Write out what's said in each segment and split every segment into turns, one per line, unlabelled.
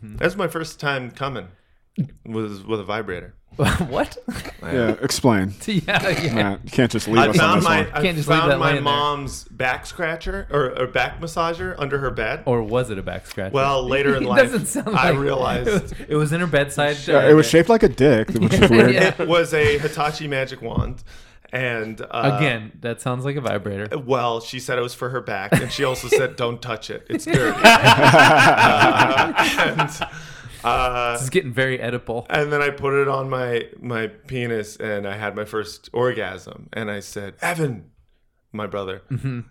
That's my first time coming. Was with a vibrator.
what?
Yeah, explain.
yeah, yeah.
Matt, you can't just leave
I
us
found
on this
my
one.
I
Can't just leave that
found my
laying there.
mom's back scratcher or, or back massager under her bed.
Or was it a back scratch?
well, later in
Oh. it
life,
doesn't sound like
I
it
realized
was, it was in her bedside.
Yeah, it was shaped like a dick, which is weird.
Yeah.
it was a Hitachi magic wand, and uh,
Again, that sounds like a vibrator.
Well, she said it was for her back, and she also said, "Don't touch it; it's dirty." Uh, and, uh,
This is getting very edible.
and then I put it on my my penis, and I had my first orgasm, and I said, "Evan, my brother,
Mm-hmm.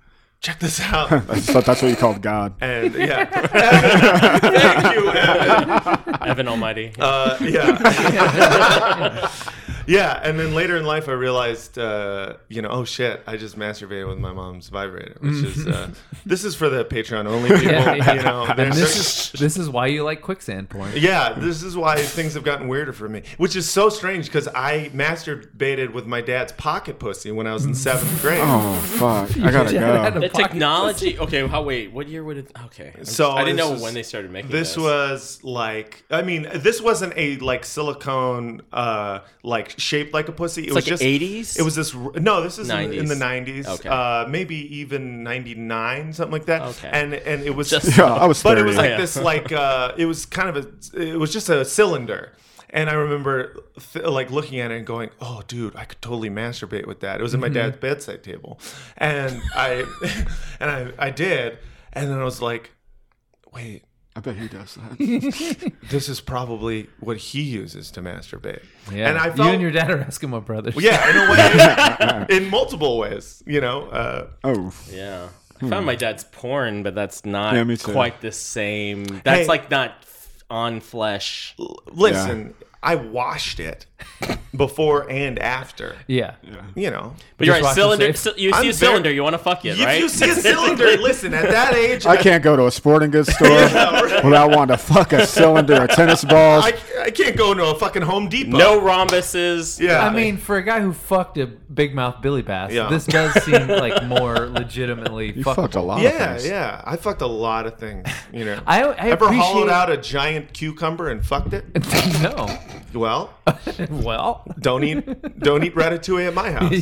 check this out."
I thought that's what you called God.
And yeah, Evan, thank you, Evan.
Evan Almighty.
Uh, yeah, yeah. And then later in life, I realized, uh, you know, oh shit, I just masturbated with my mom's vibrator, which is uh, this is for the Patreon only people.
Yeah, yeah.
You know,
And
there's-
this is this is why you like quicksand porn.
yeah, this is why things have gotten weirder for me, which is so strange because I masturbated with my dad's pocket pussy when I was in seventh grade.
Oh fuck! I gotta
had
go.
a
The
pocket
technology. Okay, how? Wait, what year would it? Okay, I'm
So
just- I didn't
this
know
is-
when they started making this.
this was like i mean this wasn't a like silicone uh like shaped like a pussy it was
like
just
80s?
it was this no this is in, in the 90s
90s. Okay.
uh maybe even 99 something like that
Okay.
and and it was
Just-
Yeah, I was
but
thirty.
it was like
Yeah.
this like uh it was kind of a it was just a cylinder and I remember th- like looking at it and going, "Oh, dude, I could totally masturbate with that." It was in
Mm-hmm.
my dad's bedside table, and I, and I, I did, and then I was like, "Wait,
I bet he does that.
this is probably what he uses to masturbate.
Yeah.
And I felt,
you and your dad are Eskimo brothers.
yeah, in a way, in multiple ways, you know. Uh,
Oh,
Yeah. I found my dad's porn, but that's not
Yeah, me too.
quite the same. That's
Hey.
like not f- on flesh.
l- listen, I washed it before and after,
Yeah.
you know.
But you're
Just
right,
watch it
cylinder.
safe.
cy- You
I'm
see
very-
a cylinder, you want to fuck it,
if
right?
you see a cylinder, listen, at that age,
I can't go to a sporting goods store without wanting to fuck a cylinder of tennis balls.
I, I can't go into a fucking Home Depot.
no rhombuses.
Yeah.
I mean, for a guy who fucked a big mouth Billy Bass,
Yeah.
this does seem like more legitimately
you
fuckable.
fucked a lot.
Yeah,
of things.
yeah. I fucked a lot of things, you know.
I- I
Ever hollowed
appreciate-
out a giant cucumber and fucked it?
no.
Well,
Well.
don't eat don't eat ratatouille at my house.